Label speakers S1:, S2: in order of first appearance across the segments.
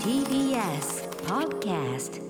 S1: TBS Podcast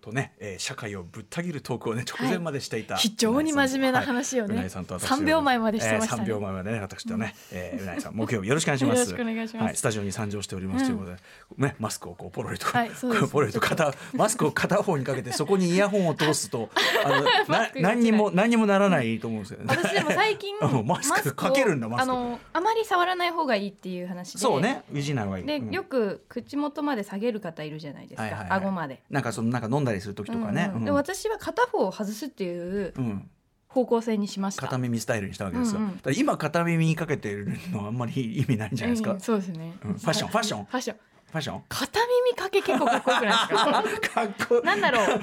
S2: とね、えー、社会をぶった切るトークをね直前までしていた、
S3: はい非常に真面目な話をね
S2: うなぎさんと私
S3: 3秒前までしてましたね
S2: えー3秒前までね私とね、えーうなぎさん木曜日よろしくお願いします
S3: よろしくお願いします
S2: はい、スタジオに参上しておりますということで、ねマスクをこうポロリと、
S3: はいそうです
S2: こうポロリと片マスクを片方にかけてそこにイヤホンを通すとあ の
S3: マ
S2: な
S3: スクが
S2: 何にも何にもならないと思うんですよね
S3: 私でも 最近
S2: うんマスクかけるんだマスク
S3: をあのあまり触らない方がいいっていう話で
S2: そうねウジナがいい
S3: で
S2: うん
S3: よく口元まで下げる方いるじゃないですか、
S2: はいはいはい
S3: 顎まで。
S2: なんかそのなんか飲んだりする時とかね、
S3: うんうん
S2: うん
S3: で私は片方を外すっていう
S2: うん
S3: 方向性にしました。
S2: 片耳スタイルにしたわけですよ、
S3: うんうん
S2: だから今片耳にかけてるのはあんまり意味ないんじゃないですか、
S3: うんそうですね、
S2: うんファッションファッション
S3: ファッション
S2: ファッション
S3: 片耳かけ結構かっこよくないですか
S2: かっこ
S3: なんだろう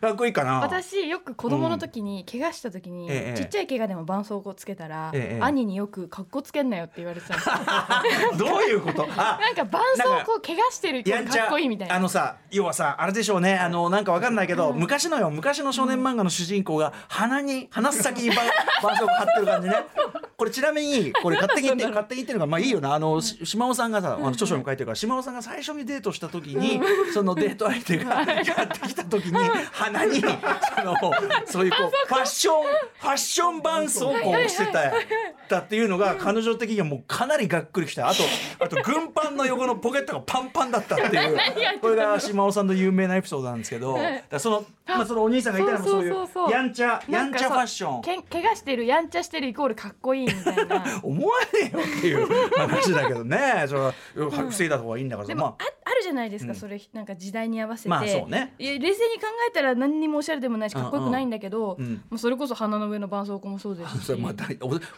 S2: かっこいいかな。
S3: 私よく子供の時に怪我した時に、
S2: ええ
S3: ちっちゃい怪我でも絆創膏つけたら、
S2: ええ
S3: 兄によく「かっこつけんなよ」って言われてた んですよ
S2: どういうこと？あ、
S3: なんか絆創膏怪我してる子
S2: やんち
S3: か
S2: ゃ。
S3: っこいいみたいな
S2: あのさ、要はさ、あれでしょうね。あのなんかわかんないけど、昔のよ、昔の少年漫画の主人公が鼻に鼻先にば絆創膏貼ってる感じね。これちなみにこれ勝手に言って勝手に言ってるのがまあいいよな。あのし島尾さんがさ、あの著書にも書いてるから、島尾さんが最初にデートした時に、そのデート相手がやってきた時に鼻にそのそういうこうファッションファッション絆創膏をしてた。だっていうのが彼女的にはもうかなりがっくりきたあとあと軍パンの横のポケットがパンパンだったっていうこれが島尾さんの有名なエピソードなんですけど、だからそのまあそのお兄さんがいたらもそういう
S3: そうそうそうそう
S2: やんちゃや
S3: なん
S2: ん
S3: か
S2: ちゃ
S3: そう
S2: ファッション
S3: けん怪我してるやんちゃしてるイコールかっこいいみた いな
S2: 思わねえよっていう話だけどねそれは防いだ方がいいんだから
S3: で
S2: さ
S3: も、
S2: ま
S3: あ
S2: あ。
S3: あるじゃないですか、
S2: うん
S3: それなんか時代に合わせて、
S2: まあそうね
S3: いや冷静に考えたら何にもおしゃれでもないしかっこよくないんだけど、
S2: うんうんうん
S3: もうそれこそ鼻の上の絆創膏もそうですし
S2: それまた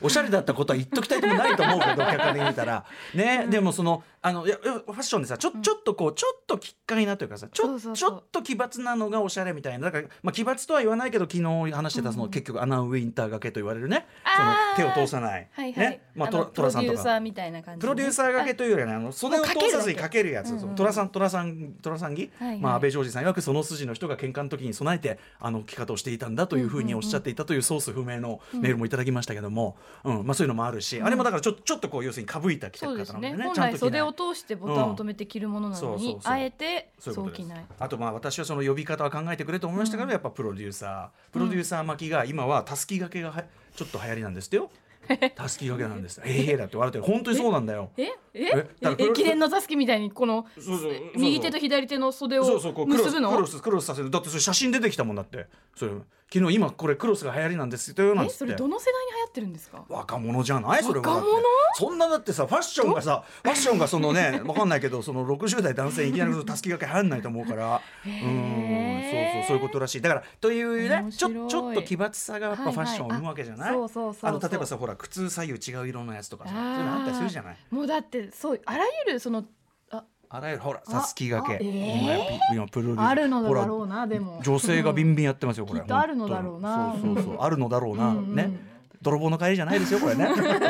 S2: おおしゃれだったことは言っときたいともないと思うけど客観的に見た らね、でもそのあのいやいやファッションでさちょちょっとこうちょっときっかいなというかさちょ
S3: そうそう
S2: ち
S3: そう
S2: ょっと奇抜なのがおしゃれみたいなだから、まあ、奇抜とは言わないけど昨日話してたその、結局アナウィンターがけと言われるねその
S3: あー
S2: 手を通さない、
S3: はいはい、
S2: ねまあ、
S3: あ
S2: ト
S3: の
S2: ラトラさん
S3: プロ
S2: と
S3: デューサ
S2: か。
S3: ーみたいな感じ
S2: プロデューサーがけというよりはねあの袖を
S3: もうかけ
S2: 通
S3: るだけ
S2: さずにかけるやつ、
S3: うんうん
S2: そうトラさんトラさんトラさんぎ、
S3: はいはい
S2: まあ安倍常時さん曰くその筋の人が喧嘩の時に備えてあの着方をしていたんだというふうにおっしゃっていたというソース不明のメールもいただきましたけども、うんまあそういうのもあるし、あれもだからちょちょっとこう要するにかぶいた着て
S3: そう
S2: る
S3: です
S2: 方なので
S3: ね
S2: ね
S3: 本
S2: ちゃん
S3: 来
S2: と着な
S3: 袖
S2: い
S3: を通してボタンを止めて着るものな
S2: う
S3: の
S2: んそう
S3: に、
S2: そうそう
S3: あえて
S2: そ
S3: そう
S2: いうこと
S3: う
S2: で
S3: 着
S2: す
S3: ない。
S2: あとまあ私はその呼び方は考えてくれと思いましたけど、やっぱプロデューサープロデューサー巻きが今はたすき掛けがはちょっと流行りなんですってよ。たすき掛けなんです。ええだって笑ってる本当にそうなんだよ。
S3: ええ
S2: だからプロ
S3: 駅伝の座敷みたいにこの
S2: そうそう
S3: 右手と左手の袖を
S2: そうそうこうクロス
S3: 結ぶ
S2: ク
S3: の
S2: ロスクロスさせるだってそれ写真出てきたもんだってそれ昨日今これクロスが流行りなんですってよなん
S3: え
S2: つって
S3: それどの世代に流行ってるんですか
S2: 若者じゃないそれはだって
S3: 若者
S2: そんなだってさファッションがさファッションがそのね わかんないけどその60代男性にいきなりたすき掛け流行んないと思うからうーんそうそうそういうことらしいだからというね
S3: 面
S2: ちょ
S3: 白い
S2: ちょっと奇抜さがやっ
S3: は
S2: ぱ
S3: い
S2: ファ
S3: はい
S2: ッションを生むわけじゃない、
S3: あそうそうそうそう
S2: あの例えばさほら靴左右違う色のやつとかさそういうのあ
S3: あ
S2: ったりするじゃない
S3: ーもうだってそうあらゆるそのあ
S2: あらゆるほらたすき掛け
S3: あえー
S2: 今やっぱ今プロデューサー
S3: あるのだろ
S2: ほ
S3: うなでも
S2: ら女性がビンビンやってますよこれ
S3: きっとあるのだろうな
S2: 本当にそうそうそうあるのだろうな
S3: うんうん
S2: ね泥棒の帰りじゃないですよこれね。うん、そう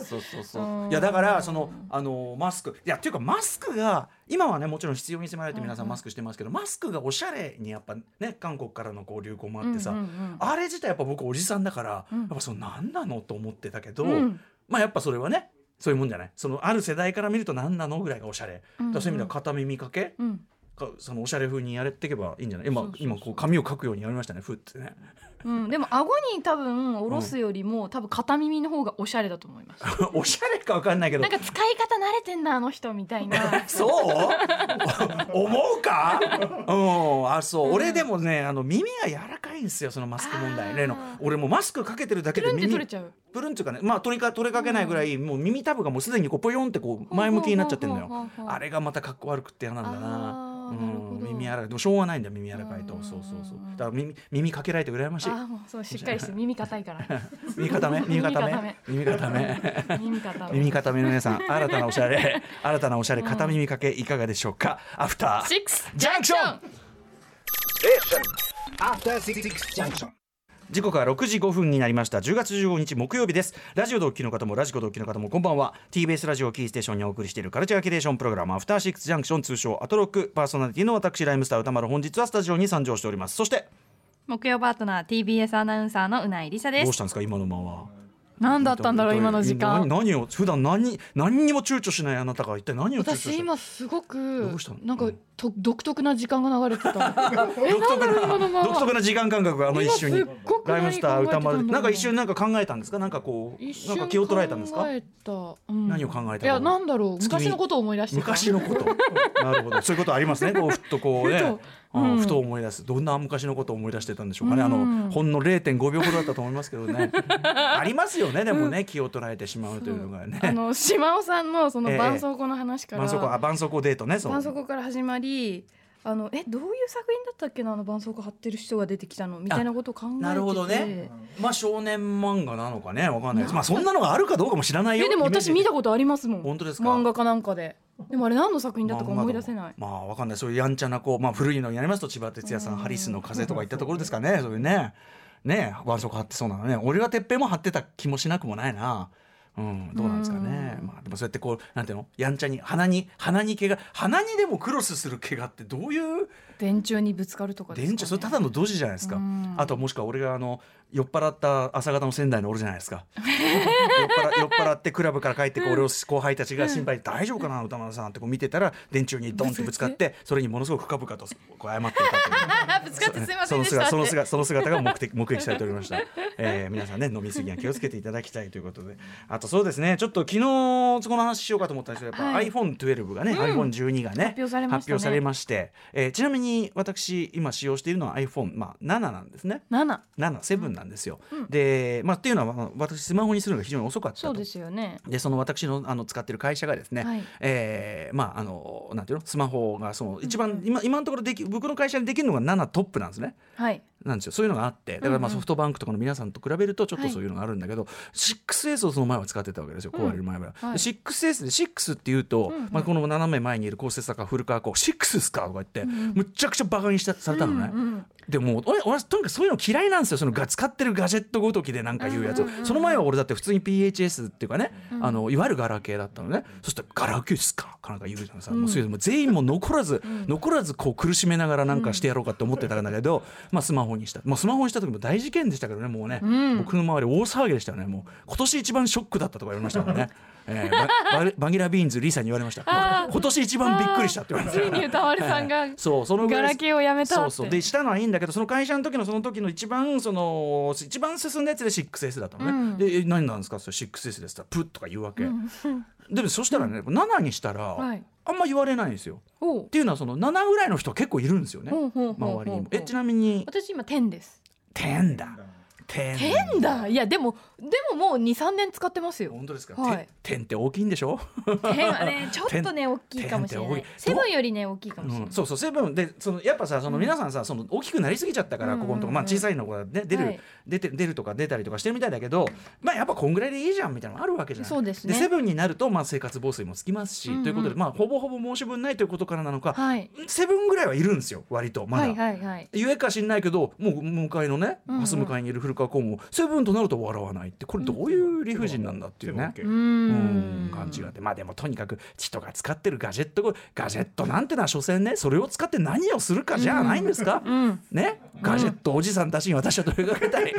S2: そうそうそううんいやだからそのあのマスクいやっていうかマスクが今はねもちろん必要に迫られて皆さんマスクしてますけど、マスクがおしゃれにやっぱね韓国からのこう流行もあってさ、
S3: うんうんうん
S2: あれ自体やっぱ僕おじさんだから、
S3: うん
S2: やっぱその何なのと思ってたけど、
S3: うん
S2: まあやっぱそれはねそういうもんじゃないそのある世代から見ると何なのぐらいがおしゃれ、
S3: うんうん
S2: だからそういう意味では片耳かけ
S3: うん
S2: かそのおしゃれ風にやれていけばいいんじゃない今
S3: そうそうそう
S2: 今こう髪をかくようにやりましたねふってね。
S3: うんでも顎に多分下ろすよりも多分片耳の方がおしゃれだと思います
S2: おしゃれかわかんないけど
S3: なんか使い方慣れてんなあの人みたいな
S2: そうお思う かうんあそう、俺でもねあの耳が柔らかいんですよそのマスク問
S3: あ
S2: 題
S3: ー
S2: 例の俺もうマスクかけてるだけ
S3: プ
S2: で
S3: ルンって
S2: 耳
S3: 取れちゃう
S2: プルンっていうかねまあ取りか取れかけないぐらい、もう耳たぶがもうすでにこうポヨンってこう前向きになっちゃってるの
S3: ほうほう
S2: よ
S3: ほうほうほう
S2: あれがまたかっこ悪くて嫌なんだな
S3: あーなるほど
S2: うん、耳柔らかいでもしょうがないんだよ耳柔らかいと
S3: うん
S2: そうそうそうだから耳耳かけられて羨ましい
S3: ああもうそうしっかりして耳硬 いから
S2: 耳固め耳固め耳固め
S3: 耳硬い
S2: 耳固めの皆さ ん新たなおしゃれ新たなおしゃれ片耳かけいかがでしょうか、アフター
S3: シックス
S2: ジャンクション
S4: After Six Junction.
S2: 時刻は6時5分になりました10月15日木曜日ですラジオ同期の方もラジコ同期の方もこんばんは TBS ラジオをキーステーションにお送りしているカルチャーキュレーションプログラムアフターシックスジャンクション通称アトロックパーソナリティの私ライムスター歌丸本日はスタジオに参上しておりますそして
S3: 木曜パートナー TBS アナウンサーのうないりさで
S2: どう
S3: す
S2: したんですか今のまま
S3: 何だったんだろう今の時間
S2: な何を普段何何にも躊躇しないあなたが一体何を躊躇し
S3: 私
S2: て
S3: 今すごく
S2: どうしたの
S3: なんか
S2: うん
S3: と独特な時間が流れてたえ
S2: 独
S3: なん
S2: 特
S3: だろう今のま
S2: な
S3: ま
S2: 独特な時間感覚があの一瞬に
S3: 今すっごく
S2: ライムスター歌丸
S3: 何考えてたんだろう
S2: なんか一瞬なんか考えたんですかなんかこ
S3: 一
S2: うな
S3: 瞬
S2: んか気を取られたんですか
S3: 考えたうん
S2: 何を考えたの
S3: いやなんだろう
S2: 月見
S3: 昔のことを思い出してた
S2: 昔のこと なるほどそういうことありますねこうふっとこうね
S3: ふ
S2: う
S3: とうんん
S2: ふと思い出すどんな昔のことを思い出してたんでしょうかねあ
S3: うん
S2: のほんの0.5秒ほどだったと思いますけど ねありますよねでもね気を取られてしまうというのが
S3: あ
S2: ね
S3: の島尾さんのその
S2: ええ
S3: 絆創膏の話から
S2: 絆創膏あ絆創膏デートねそう
S3: 絆創膏から始まりあのえどういう作品だったっけなあの絆創膏貼ってる人が出てきたのみたいなことを考えてて
S2: なるほどねまあ少年漫画なのかねわかんないですまあそんなのがあるかどうかも知らないよ
S3: えでも私見たことありますもん
S2: 本当ですか
S3: 漫画かなんかででもあれ何の作品だったか思い出せない
S2: まあわかんないそういうやんちゃな子、まあ、古いのになりますと千葉哲也さん「ハリスの風」とか言ったところですかねそういうねねワンソク貼ってそうなのね俺はてっぺんも貼ってた気もしなくもないな。うん、どうなんですかね、まあ、でもそうやってこうなんていうのやんちゃに鼻に鼻に怪我鼻にでもクロスする怪我ってどういう
S3: 電柱にぶつかるとかですかね
S2: 電柱それただのドジじゃないですか、
S3: うん
S2: あともしくは俺があの酔っ払った朝方の仙台の俺じゃないです か酔っ払酔っ払ってクラブから帰ってこう俺を後輩たちが心配で大丈夫かな歌丸さんってこう見てたら電柱にドンってぶつか ってそれにものすごく深々とこう謝っていたという。
S3: あ ぶつかってすいませ
S2: そ
S3: ん
S2: の
S3: でし
S2: 姿
S3: たって
S2: その姿その姿が 目的目撃されておりました、えー皆さんね飲み過ぎには気をつけていただきたいということであとそうですねちょっと昨日そこの話しようかと思ったんですけどやっぱ
S3: はい
S2: iPhone12 がね、iPhone12 がね
S3: 発表されました
S2: 発
S3: ね
S2: 表されまして、えーちなみに私今使用しているのは iPhone7、まあ、7なんですね。
S3: 7
S2: 7、7なんですよ、で、まあ、っていうのは、まあ私スマホにするのが非常に遅かった
S3: そ
S2: と
S3: うですよね
S2: でその私のあの使ってる会社がですね、
S3: はい
S2: えーまああのなんていうのスマホがその一番、今今のところでき僕の会社にできるのが7トップなんですね。
S3: はい
S2: なんですよそういうのがあってだからまあソフトバンクとかの皆さんと比べるとちょっとそういうのがあるんだけど、6S をその前は使ってたわけですよ、こうやる前は、
S3: はい
S2: で 6S で6っていうと、まあ、この斜め前にいる高節坂古川こう6っすかとか言って、むっちゃくちゃバカにしたされたのね、でもう俺俺はとにかくそういうの嫌いなんですよそのが使ってるガジェットごときでなんか言うやつ、その前は俺だって普通に PHS っていうかね、あのいわゆるガラケーだったのねそしたらガラケーっすかかなんか言うじゃんさ、もうそういうのもう全員もう残らず、残らずこう苦しめながらなんかしてやろうかって思ってたんだけど、まあスマホにした、まあ、スマホにした時も大事件でしたけどねもうね、僕の周り大騒ぎでしたよねもう今年一番ショックだったとか言われましたもん ね。えーバ、ババニラビーンズリーさんに言われました今年一番びっくりしたって言われま
S3: つ
S2: し
S3: い
S2: た
S3: に歌丸さ んが
S2: そうそのぐらい
S3: ガラケーをやめたって
S2: そうそうでしたのはいいんだけどその会社の時のその時の一番その一番進んだやつで 6S だったのね、
S3: うん
S2: でえ何なんですかそれ 6S ですって言ったらプッとか言うわけ、でもそしたらね、7にしたら、
S3: はい
S2: あんま言われないんですよ
S3: おう
S2: っていうのは その7ぐらいの人結構いるんですよね
S3: ほうほうほうほう
S2: 周りにもえちなみに
S3: 私今10です
S2: 10だ10
S3: 10だいやでもでももう23年使ってま すよ
S2: 本当ですか、
S3: はい
S2: 10 10って大きいんでしょ
S3: 10はねちょっとね大きいかもしれ
S2: 10っ
S3: な
S2: て多
S3: い
S2: い
S3: セブンよりね大きいかもしれない、
S2: うん、そうそうセブンでそのやっぱさその皆さんさ、その大きくなりすぎちゃったから、
S3: うんうん
S2: ここのとこ、まあ、小さいのが、ね、出る、
S3: はい
S2: 出て出るとか出たりとかしてるみたいだけど、まあ、やっぱこんぐらいでいいじゃんみたいなのあるわけじゃない
S3: そうですね
S2: セブンになると、まあ、生活防水もつきますし、
S3: うんうん
S2: ということで、まあ、ほぼほぼ申し分ないということからなのか、
S3: はい
S2: セブンぐらいはいるんですよ割とまだ。
S3: はいはいはい
S2: ゆえか知んないけどもう向かいのね
S3: んうん
S2: 明日向かいにいる古川公もセブンとなると笑わないってこれどういう理不尽なんだっていうね。
S3: うー
S2: うん
S3: ん
S2: 感じがあってまあでもとにかく人が使ってるガジェットごガジェットなんてのは所詮ねそれを使って何をするかじゃないんですか、
S3: ん
S2: ねガジェットおじさんたちに私は問いかけた いね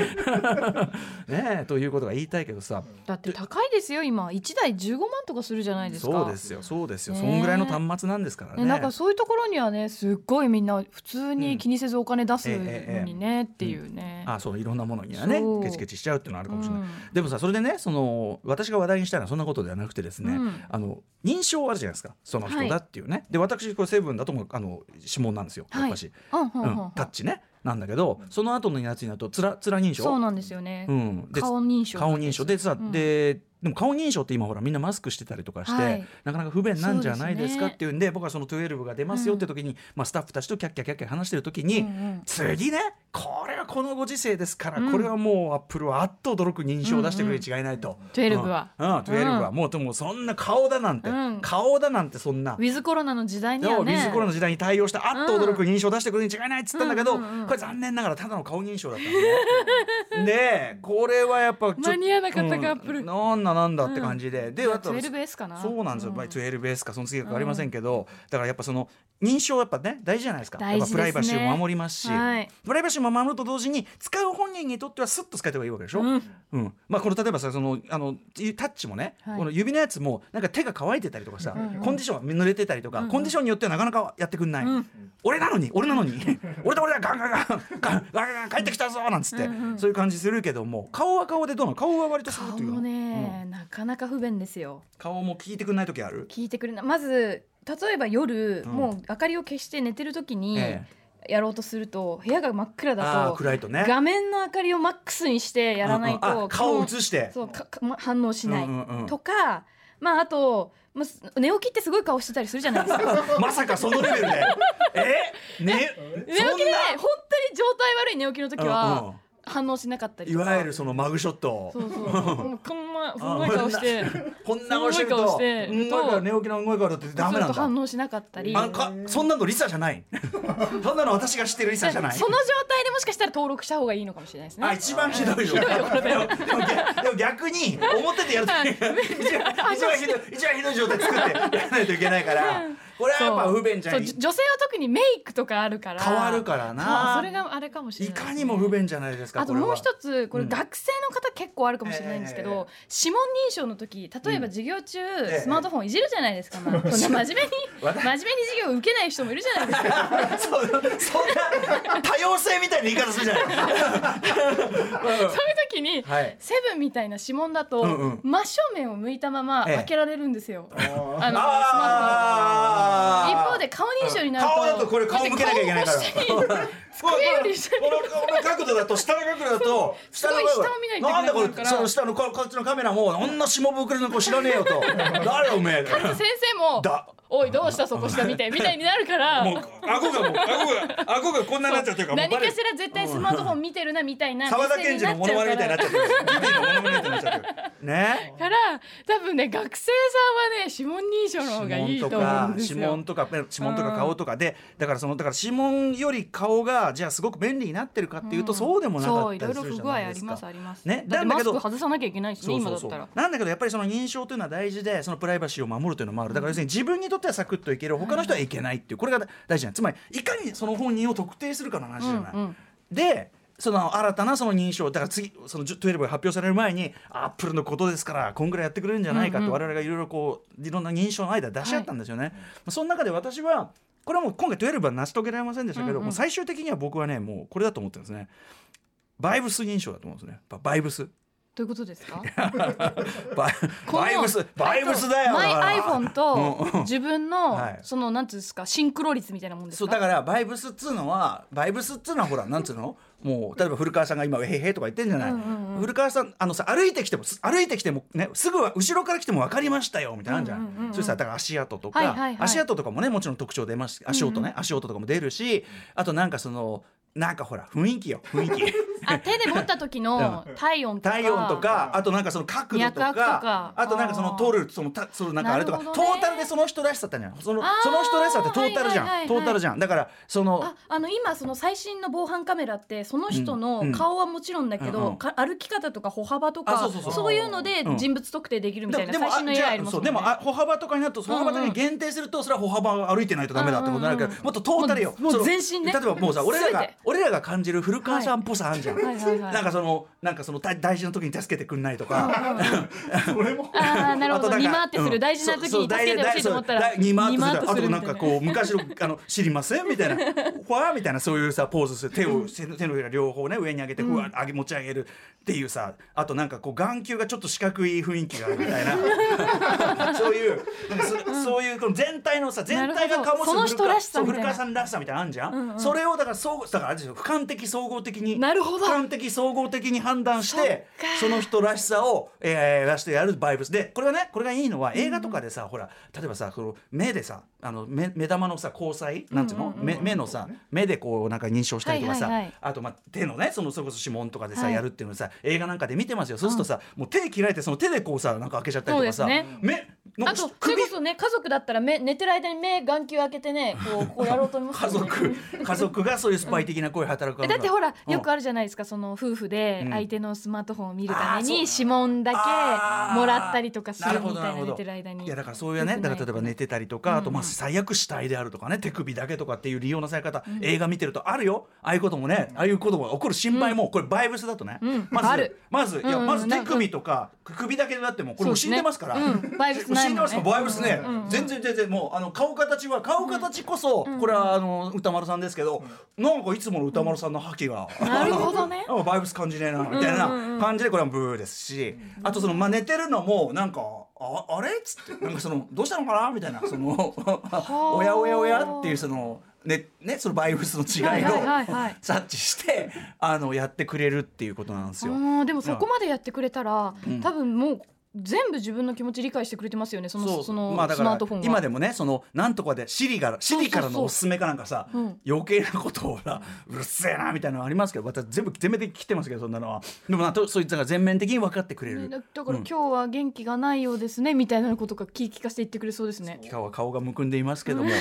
S2: えということが言いたいけどさ
S3: だって高いですよ今1台15万とかするじゃないですか
S2: そうですよそうですよ、
S3: ねえ
S2: そんぐらいの端末なんですからね
S3: ね、なんかそういうところにはねすっごいみんな普通に気にせずお金出すのにね、っていうね、
S2: あそういろんなものにはね
S3: そう
S2: ケチケチしちゃうっていうのはあるかもしれない、
S3: うん
S2: でもさそれでねその私が話題にしたいのはそんなことではなくてですね、
S3: うん
S2: あの認証あるじゃないですかその人だっていうね、で私これセブンだともあの指紋なんですよやっぱし、
S3: はいうんうんうんうん
S2: うんタッチねなんだけどその後のやつになるとつらつら認証
S3: そうなんですよね、
S2: うんで
S3: 顔認証
S2: 顔認証でさ、ででも顔認証って今ほらみんなマスクしてたりとかして、
S3: はい
S2: なかなか不便なんじゃないですか
S3: そうですね
S2: っていうんで僕はその12が出ますよって時に、まあ、スタッフたちとキャッキャキャッキャ話してる時に、
S3: うんうん
S2: 次ねこれはこのご時世ですから、これはもうアップルはあっと驚く認証を出してくれるに違いないと、
S3: 12は
S2: うんうん、12は
S3: う
S2: もうでもそんな顔だなんて、
S3: うん
S2: 顔だなんてそんな
S3: ウィズコロナの時代に
S2: で
S3: は
S2: もウ
S3: ね
S2: ィズコロナの時代に対応したあっと驚く認証を出してくるに違いないっつったんだけど、
S3: うんうんうんうん
S2: これ残念ながらただの顔認証だったんで、 ね、でこれはやっぱちょっと
S3: 間に合わなかったか
S2: うん
S3: アップル
S2: なんだなんだって感じで、で
S3: まあ
S2: あと
S3: 12S かな
S2: そうなんですよ、まあ 12S かその次はありませんけど、だからやっぱその認証はやっぱね大事じゃないですか
S3: 大事ですね
S2: やっぱプライバシーを守りますし、
S3: はい
S2: プライバシーも守ると同時に使う本人にとってはスッと使えた方がいいわけでしょ、
S3: うん
S2: うんまあ、この例えばさそのあのいタッチもね、
S3: はい
S2: この指のやつもなんか手が乾いてたりとかさ、
S3: うんうん
S2: コンディションが濡れてたりとか、コンディションによってはなかなかやってくんない、
S3: うん
S2: 俺なのに俺なのに 俺だ俺だガンガンガンガンガンガン帰ってきたぞなんつって、そういう感じするけども顔は顔でどうなの顔は割とするっ
S3: 顔
S2: ていう
S3: も
S2: の
S3: ね、なかなか不便ですよ
S2: 顔も聞いてくんない時ある、
S3: 聞いてくれないまず例えば夜、
S2: うん
S3: もう明かりを消して寝てる時に
S2: え
S3: やろうとすると部屋が真っ暗
S2: ああ
S3: だ
S2: ー
S3: と、
S2: 暗いとね
S3: 画面の明かりをマックスにしてやらな
S2: う
S3: い
S2: んうん
S3: と
S2: あ顔を
S3: も
S2: 映して
S3: そうかかま反応しない、
S2: うんうんうん
S3: とかまああと、まあす寝起きってすごい顔してたりするじゃないですか
S2: まさ かそのレベルでえね
S3: 寝起きで本当に状態悪い寝起きの時
S2: うんうん
S3: は反応しなかったり
S2: い
S3: とか
S2: わゆるそのマグショット
S3: そうそうも うこんなこんな
S2: あ
S3: 顔して
S2: こんな顔してると
S3: すごい顔して
S2: うんなんか寝起きの動いからだってダメ
S3: ずっ
S2: な
S3: と
S2: んだ
S3: 反応しなかったり
S2: あのかそんなのリサじゃない そんなの私が知ってるリサじゃない
S3: その状態でもしかしたら登録した方がいいのかもしれないですね
S2: あ一番ひどいよ。でもでもでも逆に表でや ると一番一番ひどい一番ひどい状態作ってやらないといけないから、これは
S3: そう
S2: やっぱ不便じゃ。
S3: そうんじ女性は特にメイクとかあるから
S2: 変わるから
S3: そう
S2: な。
S3: それがあれかもしれ
S2: い
S3: ないです
S2: か
S3: ね、
S2: にも不便じゃないですか。
S3: あと
S2: これは
S3: もう一つこれ
S2: うん
S3: 学生の方結構あるかもしれないんですけど、
S2: えええ
S3: 指紋認証の時例えば授業中、
S2: え
S3: スマートフォンいじるじゃないですか、 まあ、そんな真面目に真面
S2: 私
S3: 目に授業受けない人もいるじゃないですか
S2: そうそんな多様性みたいな言い方す るじゃない。
S3: そういう時に、
S2: はい。
S3: セブンみたいな指紋だと、
S2: うんうん
S3: 真正面を向いたまま
S2: ええ
S3: 開けられるんですよ、あの
S2: あ
S3: スマート
S2: ー
S3: フォン一方で顔認証になると
S2: 顔だとこれ顔向けなきゃいけないから
S3: こうやって顔を越して机より下に
S2: このこの角度だと下の角度だと
S3: す
S2: の
S3: ごい
S2: 角度
S3: 下を見ないといけ
S2: な
S3: なん
S2: だ
S3: くな
S2: こ
S3: る
S2: れ
S3: から
S2: その下のここっちのカメラも女下ぶくれの子知らねえよと誰おめえ
S3: 先生も
S2: だ
S3: 「おいどうしたそこ 下見て」みたいになるから
S2: もう顎がもう顎が顎がこんなになっちゃうというかもう
S3: 何
S2: バレ
S3: かしら絶対スマートフォン見てるなみたいな
S2: 沢田研二のモノマネみたいになっちゃ
S3: ゃ
S2: ってるジビーのモノマネみたいになっちゃってるね
S3: うから多分ね学生さんはね指紋認証の方がいい
S2: 指紋と
S3: と思う
S2: か
S3: んです
S2: 指
S3: よ。
S2: 紋とかえ指紋とか
S3: うん
S2: 顔とかでだからそのだから指紋より顔がじゃあすごく便利になってるかっていうとそうでもなか
S3: そ
S2: っ
S3: うい
S2: た
S3: ろ
S2: り
S3: いろ
S2: する
S3: 不
S2: じゃ
S3: 具合
S2: ない
S3: あ
S2: で
S3: り
S2: す
S3: ま
S2: か
S3: すあります。
S2: ね
S3: だっ
S2: だ
S3: てマ
S2: け
S3: ス
S2: ど
S3: ク外さなきゃいけないしね今だったら。
S2: なんだけどやっぱりその認証というのは大事でそのプライバシーを守るというのもあるだから要するに自分にとってはサクッといける他の人はいけないっていうこれが大事なんですつまりいかにその本人を特定するかの話じゃない。
S3: うんうん
S2: でその新たなその認証だから次その12が発表される前にアップルのことですからこんぐらいやってくれるんじゃないかって我々がいろいろこういろんな認証の間出し合ったんですよね。その中で私はこれはもう今回12は成し遂げられませんでしたけど、
S3: うんうん
S2: もう最終的には僕はねもうこれだと思ってるんですね。バイブス認証だと思うんですね。やっぱバイブス。
S3: どういうことですか？
S2: バイ
S3: この
S2: バイブスバイブスだよ
S3: マイ
S2: だから
S3: iPhone と自分の
S2: はい
S3: そのなんていうんですかシンクロ率みたいなもんです
S2: そうだ
S3: か？
S2: からバイブスっつうのはバイブスっつうのはほらなんつうのもう例えば古川さんが今「へいへい」とか言ってんじゃない、
S3: うんうんうん
S2: 古川さんあのさ歩いてきてもす歩いてきてもねすぐは後ろから来ても分かりましたよみたいなのあるじゃ
S3: うんうんうんうん
S2: んそれさだから足跡とか、
S3: はいはいはい
S2: 足跡とかもねもちろん特徴出ます足音ね、足音とかも出るしあとなんかそのなんかほら雰囲気よ雰囲 気。
S3: あ手で持った時の体温とか
S2: 体温とかあとなんかその角度とか
S3: 脈拍とか
S2: あとなんかその
S3: あー
S2: 通るそのたそのなんかあれとか、
S3: なる
S2: ト
S3: ほどね
S2: ータルでその人らしさってあるじゃんその
S3: あー
S2: その人らしさってトータルじゃん、
S3: はいはいはいはい
S2: トータルじゃんだからその
S3: ああの今その最新の防犯カメラってその人
S2: うんう
S3: の
S2: ん
S3: 顔はもちろんだけど、
S2: うんうん
S3: か歩き方とか歩幅と
S2: あ
S3: か
S2: そう
S3: そ
S2: そううそう
S3: いうので
S2: うん
S3: 人物特定できるみたいな、
S2: でも
S3: 最新の AI あ
S2: じゃあ
S3: ります
S2: そ
S3: も
S2: うんで
S3: ね
S2: もあ歩幅とかになるとその歩幅とかに限定すると、それは歩幅を歩いてないとダメだってことになるけど、
S3: うんうんうん
S2: もっとトータルよ
S3: もう
S2: その
S3: 全身ね
S2: 例えばもうさ俺ら
S3: 全
S2: が
S3: て
S2: 俺らが感じる古川さんっぽさあんじゃん、
S3: はいはいはいはい
S2: なんかそのなんかその大大事な時に助けてくんないとか、
S3: あーなるほ
S2: あ
S3: ど
S2: とん
S3: 二
S2: か
S3: 回ってす
S2: う
S3: る
S2: ん
S3: 大事な時
S2: そうそ
S3: に
S2: う
S3: 助けてほしいと思ったら
S2: 大大大そう大二回
S3: 二回
S2: ってするあとなん
S3: みたい
S2: かこう昔のあの知りませんみたい なふわーみたいなそういうさポーズする手を手の手のひら両方ね上に上げてふわー上げ持ち上げるっていうさあとなんかこう眼球がちょっと四角い雰囲気があるみたいな そういうなんかそそういうこの全体のさ全体が醸す
S3: なるほどその人らしさ
S2: そう
S3: みたいな
S2: 古川さんらしさみたいなのあんじゃん、
S3: んうん
S2: それをだからそうだからあれですよ俯瞰的総合的に
S3: なるほど
S2: 俯瞰的総合的に判断し
S3: そって
S2: その人らしさを、えー、出してやるバイブスでこれはねこれがいいのは映画とかでさ、ほら例えばさこの目でさあの目目玉のさ交際なんていうの、目目のさ目でこうなんか認証したりとかさ、
S3: はいはいはい
S2: あと、まあ、手のねそのそれこそ指紋とかでさ、
S3: はい
S2: やるっていうのさ映画なんかで見てますよそうするとさ、もう手切られてその手でこうさなんか開けちゃったりとかさ、
S3: そうですね
S2: 目なん
S3: あ
S2: か
S3: とそれ
S2: 首
S3: こそね家族だったら目寝てる間に目眼球開けてねこ うこうやろうと思います
S2: 家
S3: よね
S2: 族家族がそういうスパイ的な声働く
S3: えだってほらよく
S2: あ
S3: あるじゃないですかその夫婦で
S2: うん
S3: 相手のスマートフォンを見るため
S2: あ
S3: に
S2: ーそ
S3: 指紋だ
S2: あー
S3: けもらったりとかするみ
S2: な
S3: た
S2: るほ
S3: い
S2: ど
S3: な寝てる間に
S2: いやだからそういうねだから例えば寝てたりとか、あとまあ最悪死体であるとかね手首だけとかっていう利用のされ方、映画見てるとあるよああいうこともね、ああいうことが起こる心配も、これバイブスだとね、
S3: うん
S2: まず
S3: ある
S2: まずいや
S3: うん
S2: まず手
S3: なんか
S2: 首とか首だけだってもうこれもう死んでますから。
S3: そうですねうんバイブスない
S2: 死んでま
S3: もん
S2: す
S3: ね
S2: かバイブスね、全然全然もうあの顔形は顔形こそ、これはあの歌丸さんですけど、なんかいつもの歌丸さんの覇気が、
S3: なるほどね
S2: あバイブス感じねえなみたいな感じでこれはブーですし、あとそのまあ寝てるのもなんかああれっつってなんかそのどうしたのかなみたいなそのおやおやおやっていうそのねねそのバイブスの違いを
S3: はいはいはいはい
S2: 察知してあのやってくれるっていうことなんですよ。
S3: あーでもそこまでやってくれたら、多分もう全部自分の気持ち理解してくれてますよねそのその、
S2: まあだ
S3: ス
S2: か
S3: マ
S2: ら
S3: ートフォンは
S2: 今でもねそのなんとかでシリからシリからのおすすめかなんかさ
S3: うん
S2: 余計なことをほらうるせえなみたいなのありますけど私全部全面的に来てますけどそんなのはでもなとそいつが全面的に分かってくれ
S3: ねだ
S2: る
S3: だから今日は元気がないようですね、みたいなことが気聞かせて言ってくれそうですね。
S2: 顔は顔がむくんでいますけども、ね、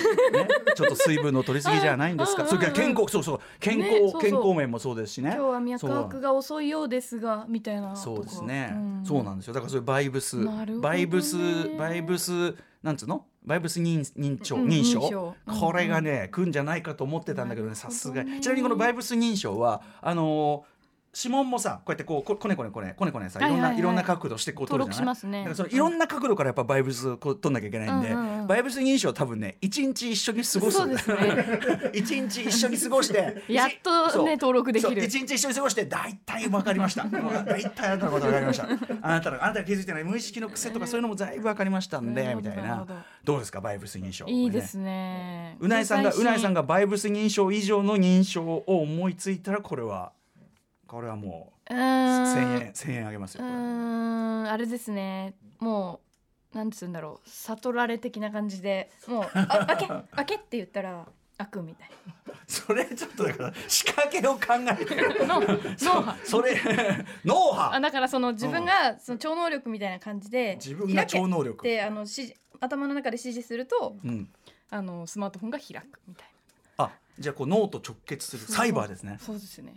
S2: ちょっと水分の取りすぎじゃないんですかそれから健康そうそう健康、
S3: ねそうそう
S2: 健康面もそうですしね
S3: 今日は脈拍が遅いようですがみたいな
S2: そうそ
S3: と
S2: う
S3: か
S2: ですね、
S3: うん
S2: そうなんですよだからそういうバイブス、
S3: なるほどね
S2: バイブスバイブスなんつうのバイブス認認証
S3: うん
S2: 認証,、
S3: 認証うん
S2: これがね来んじゃないかと思ってたんだけどね
S3: なる
S2: さ
S3: ほどね
S2: すがにちなみにこのバイブス認証はあのー指紋もさこうやってこうここねこねこねこねこねさいろんな、
S3: はい
S2: い
S3: はいはい
S2: ろんな角度してこう取るじゃない
S3: 登録しますね
S2: だからそのいろんな角度からやっぱバイブスこう取んなきゃいけないんで、
S3: うんうんうん
S2: バイブス認証多分ね一日一緒に過ごす
S3: そうです ね
S2: 一日 一緒に過ごして
S3: やっとね
S2: そう
S3: 登録できる
S2: そう一日一緒に過ごして大体分かりましたもう大体あなたのこと分かりま したあなたのあなたが気づいてない無意識の癖とかそういうのもだいぶ分かりましたん
S3: な
S2: で
S3: るほ
S2: み
S3: ど
S2: たい
S3: なる
S2: な
S3: ほど
S2: どうですかバイブス認証
S3: いいです
S2: これね
S3: ね
S2: うないさんがうないさん
S3: が
S2: がバイブス認証以上の認証を思いついたらこれはこれはも
S3: う
S2: う
S3: ー
S2: 1000
S3: ん
S2: 円千円あげます
S3: う
S2: よこれ
S3: ーんあれですねもうなんつうんだろう悟られ的な感じでもう「 あ開け開け」って言ったら開くみたい
S2: それちょっとだから仕掛けを考えてる
S3: なのの
S2: それ 脳
S3: あ
S2: 波
S3: だからその自分がその超能力みたいな感じで
S2: 自分が超能力
S3: 開けってあの指示頭の中で指示すると
S2: うん
S3: あのスマートフォンが開くみたい
S2: あじゃあこう脳と直結する
S3: な
S2: サイバーですね
S3: なそうですね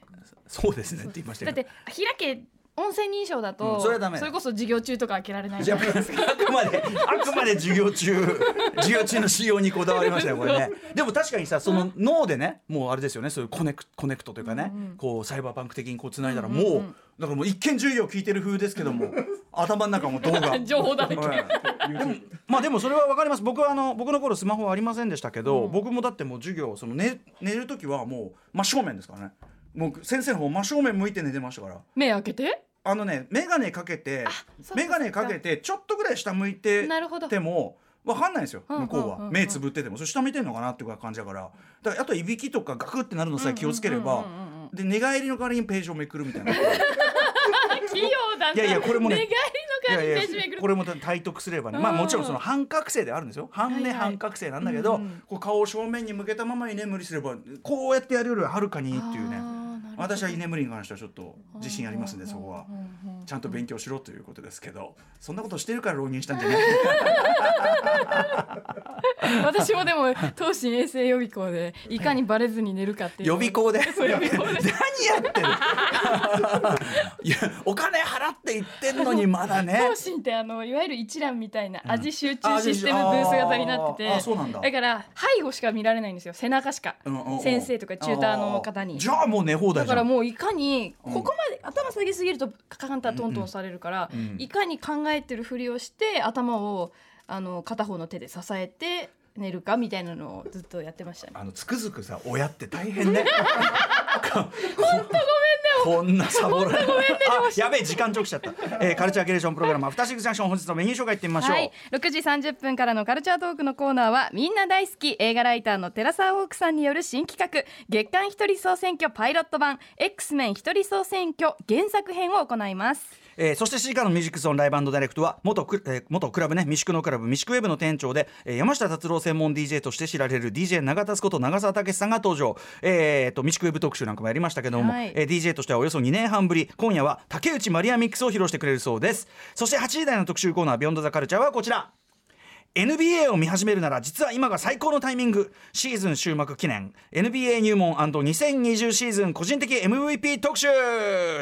S2: そうですねって言いました
S3: だ
S2: け
S3: っ
S2: ど
S3: て開け音声認証だ
S2: う
S3: と、
S2: んそれはダメだ
S3: れこそ授業中とか開けられない
S2: じ
S3: じゃ
S2: ゃ
S3: ないですか
S2: ああくまであくまで授業中授業中の仕様にこだわりましたよこれねでも確かにさその脳でねもうあれですよねそういうコネクコネクトというかね、こうサイバーパンク的にこう繋いだらもう,、だからもう一見授業聞いてる風ですけども頭の中も動画
S3: 情報だらけ
S2: うんでもまあでもそれはわかります僕はあの僕の頃スマホはありませんでしたけど、僕もだってもう授業その寝寝る時はもう真正面ですからねもう先生の方真正面向いて寝てましたから
S3: 目開けて
S2: あのね眼鏡かけて
S3: そっか
S2: 眼鏡かけてちょっとぐらい下向いて
S3: なるほど
S2: てもわかんないんですよ
S3: うん
S2: 向こう
S3: うんうん
S2: は
S3: うん
S2: 目つぶっててもそれ下見てんのかなっていう感じだからだからあといびきとかガクってなるのさえ気をつければ
S3: うんうんうんうん
S2: で寝返りの代わりにページをめくるみたいない
S3: 器用だない
S2: やいやこれもね
S3: 寝返り
S2: や
S3: の
S2: いや
S3: 代わりにページめくる
S2: これも体得すればねまあ
S3: うん
S2: もちろんその半覚醒ではあるんですよ半
S3: は
S2: 寝
S3: いはい
S2: 半覚醒なんだけど
S3: うんうん
S2: こう顔を正面に向けたまま居眠りすればこうやってやるよりははるかにいいっていうね
S3: あーなるほど
S2: 私は居眠りに関してはちょっと自信ありますんでそこは
S3: うんうんうん
S2: ちゃんと勉強しろということですけどそんなことしてるから浪人したんじゃ ない
S3: 私も でも当時衛生予備校でいかにバレずに寝るかっていう
S2: 予備校で
S3: そう予備校 で
S2: 何やってる いやお金払って言ってんのにまだね
S3: 当心ってあのいわゆる一覧みたいな味集
S2: あ
S3: 中システムブース型になってて
S2: ああそうなんだ
S3: だから背後しか見られないんですよ背中しか
S2: うんうんうん
S3: 先生とかチューターの方に
S2: あーじゃあもう寝放題じ
S3: だ
S2: ゃ
S3: か
S2: ん
S3: らもういかに
S2: う
S3: こ
S2: ん
S3: こまで頭下げすぎるとカンタトントンされるから、
S2: うんうん
S3: いかに考えてるふりをして頭をあの片方の手で支えて寝るかみたいなのをずっとやってましたね。
S2: あのつくづくさ親って大変ね こんなサボられごめんねあやべえ時間ちょくしちゃった、えー、カルチャーキュレーションプログラム「アフターシックスジャンクション」本日のメニュー紹介いってみましょう、
S3: はい、6時30分からのカルチャートークのコーナーはみんな大好き映画ライターの寺澤ークさんによる新企画月刊一人総選挙パイロット版 X メン一人総選挙原作編を行います。
S2: えーそして7時からのミュージックゾーンライブダイレクトは元ク,、えー元クラブね、未宿のクラブ、未宿ウェブの店長で、えー山下達郎専門 DJ として知られる DJ 永田こと長澤武さんが登場。えー、と、未宿ウェブ特集なんかもやりましたけども、
S3: はい
S2: えー DJ としてはおよそ2年半ぶり、今夜は竹内マリアミックスを披露してくれるそうです。そして8時台の特集コーナー、ビヨンドザカルチャーはこちら。 NBA を見始めるなら実は今が最高のタイミングシーズン終幕記念 NBA 入門 &2020 シーズン個人的 MVP 特集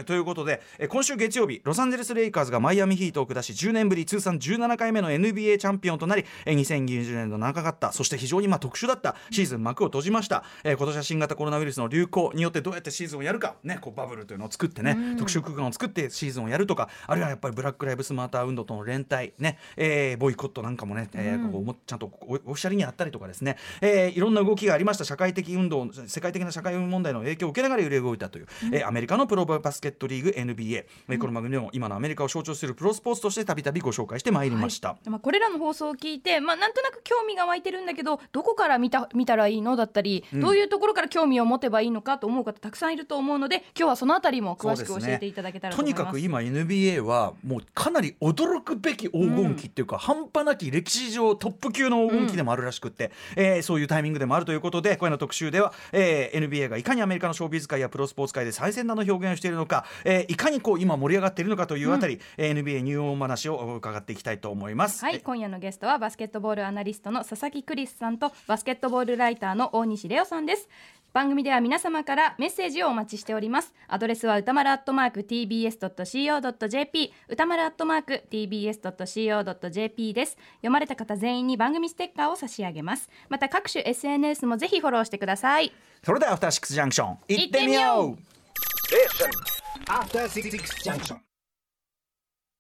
S2: ということでえー今週月曜日ロサンゼルス・レイカーズがマイアミヒートを下し10年ぶり通算17回目の NBA チャンピオンとなりえー2020年の長かったそして非常にまあ特殊だったシーズン幕を閉じました、えー今年は新型コロナウイルスの流行によってどうやってシーズンをやるか、ね、こうバブルというのを作ってね、特殊空間を作ってシーズンをやるとかあるいはやっぱりブラック・ライブスマーター運動との連帯、ねえーボイコットなんかもね、えーこうもちゃんとオオフィシャルにやったりとかですね、えーいろんな動きがありました社会的運動世界的な社会問題の影響を受けながら揺れ動いたという、えーアメリカのプロバスケットリーグ NBA、えーこの番組でも今のアメリカを象徴するプロスポーツとしてたびたびご紹介してまいりました。
S3: まあ、これらの放送を聞いて、まあ、なんとなく興味が湧いてるんだけどどこから見た見たらいいのだったり、どういうところから興味を持てばいいのかと思う方たくさんいると思うので今日はそのあたりも詳しく
S2: そう
S3: 教
S2: ですね
S3: えていただけたらと
S2: と
S3: 思い
S2: に
S3: ます。
S2: かく今 NBA はもうかなり驚くべき黄金期っていうか、半端なき歴史上トップ級の黄金期でもあるらしくって、えーそういうタイミングでもあるということで今夜の特集では、えー NBA がいかにアメリカのショービズ界やプロスポーツ界で最先端の表現をしているのか、えーいかにこう今盛り上がっているのかというあたり、えー NBA 入門話を伺っていきたいと思います。
S3: はい、今夜のゲストはバスケットボールアナリストの佐々木クリスさんとバスケットボールライターの大西レオさんです。番組では皆様からメッセージをお待ちしております。アドレスは歌丸アットマーク tbs.co.jp 歌丸アットマーク tbs.co.jp です。読まれた方全員に番組ステッカーを差し上げます。また各種 SNS もぜひフォローしてください。
S2: それではアフターシックスジャンクション行ってみ
S3: 行ってみ
S2: よう
S3: よ
S4: After Six Junction.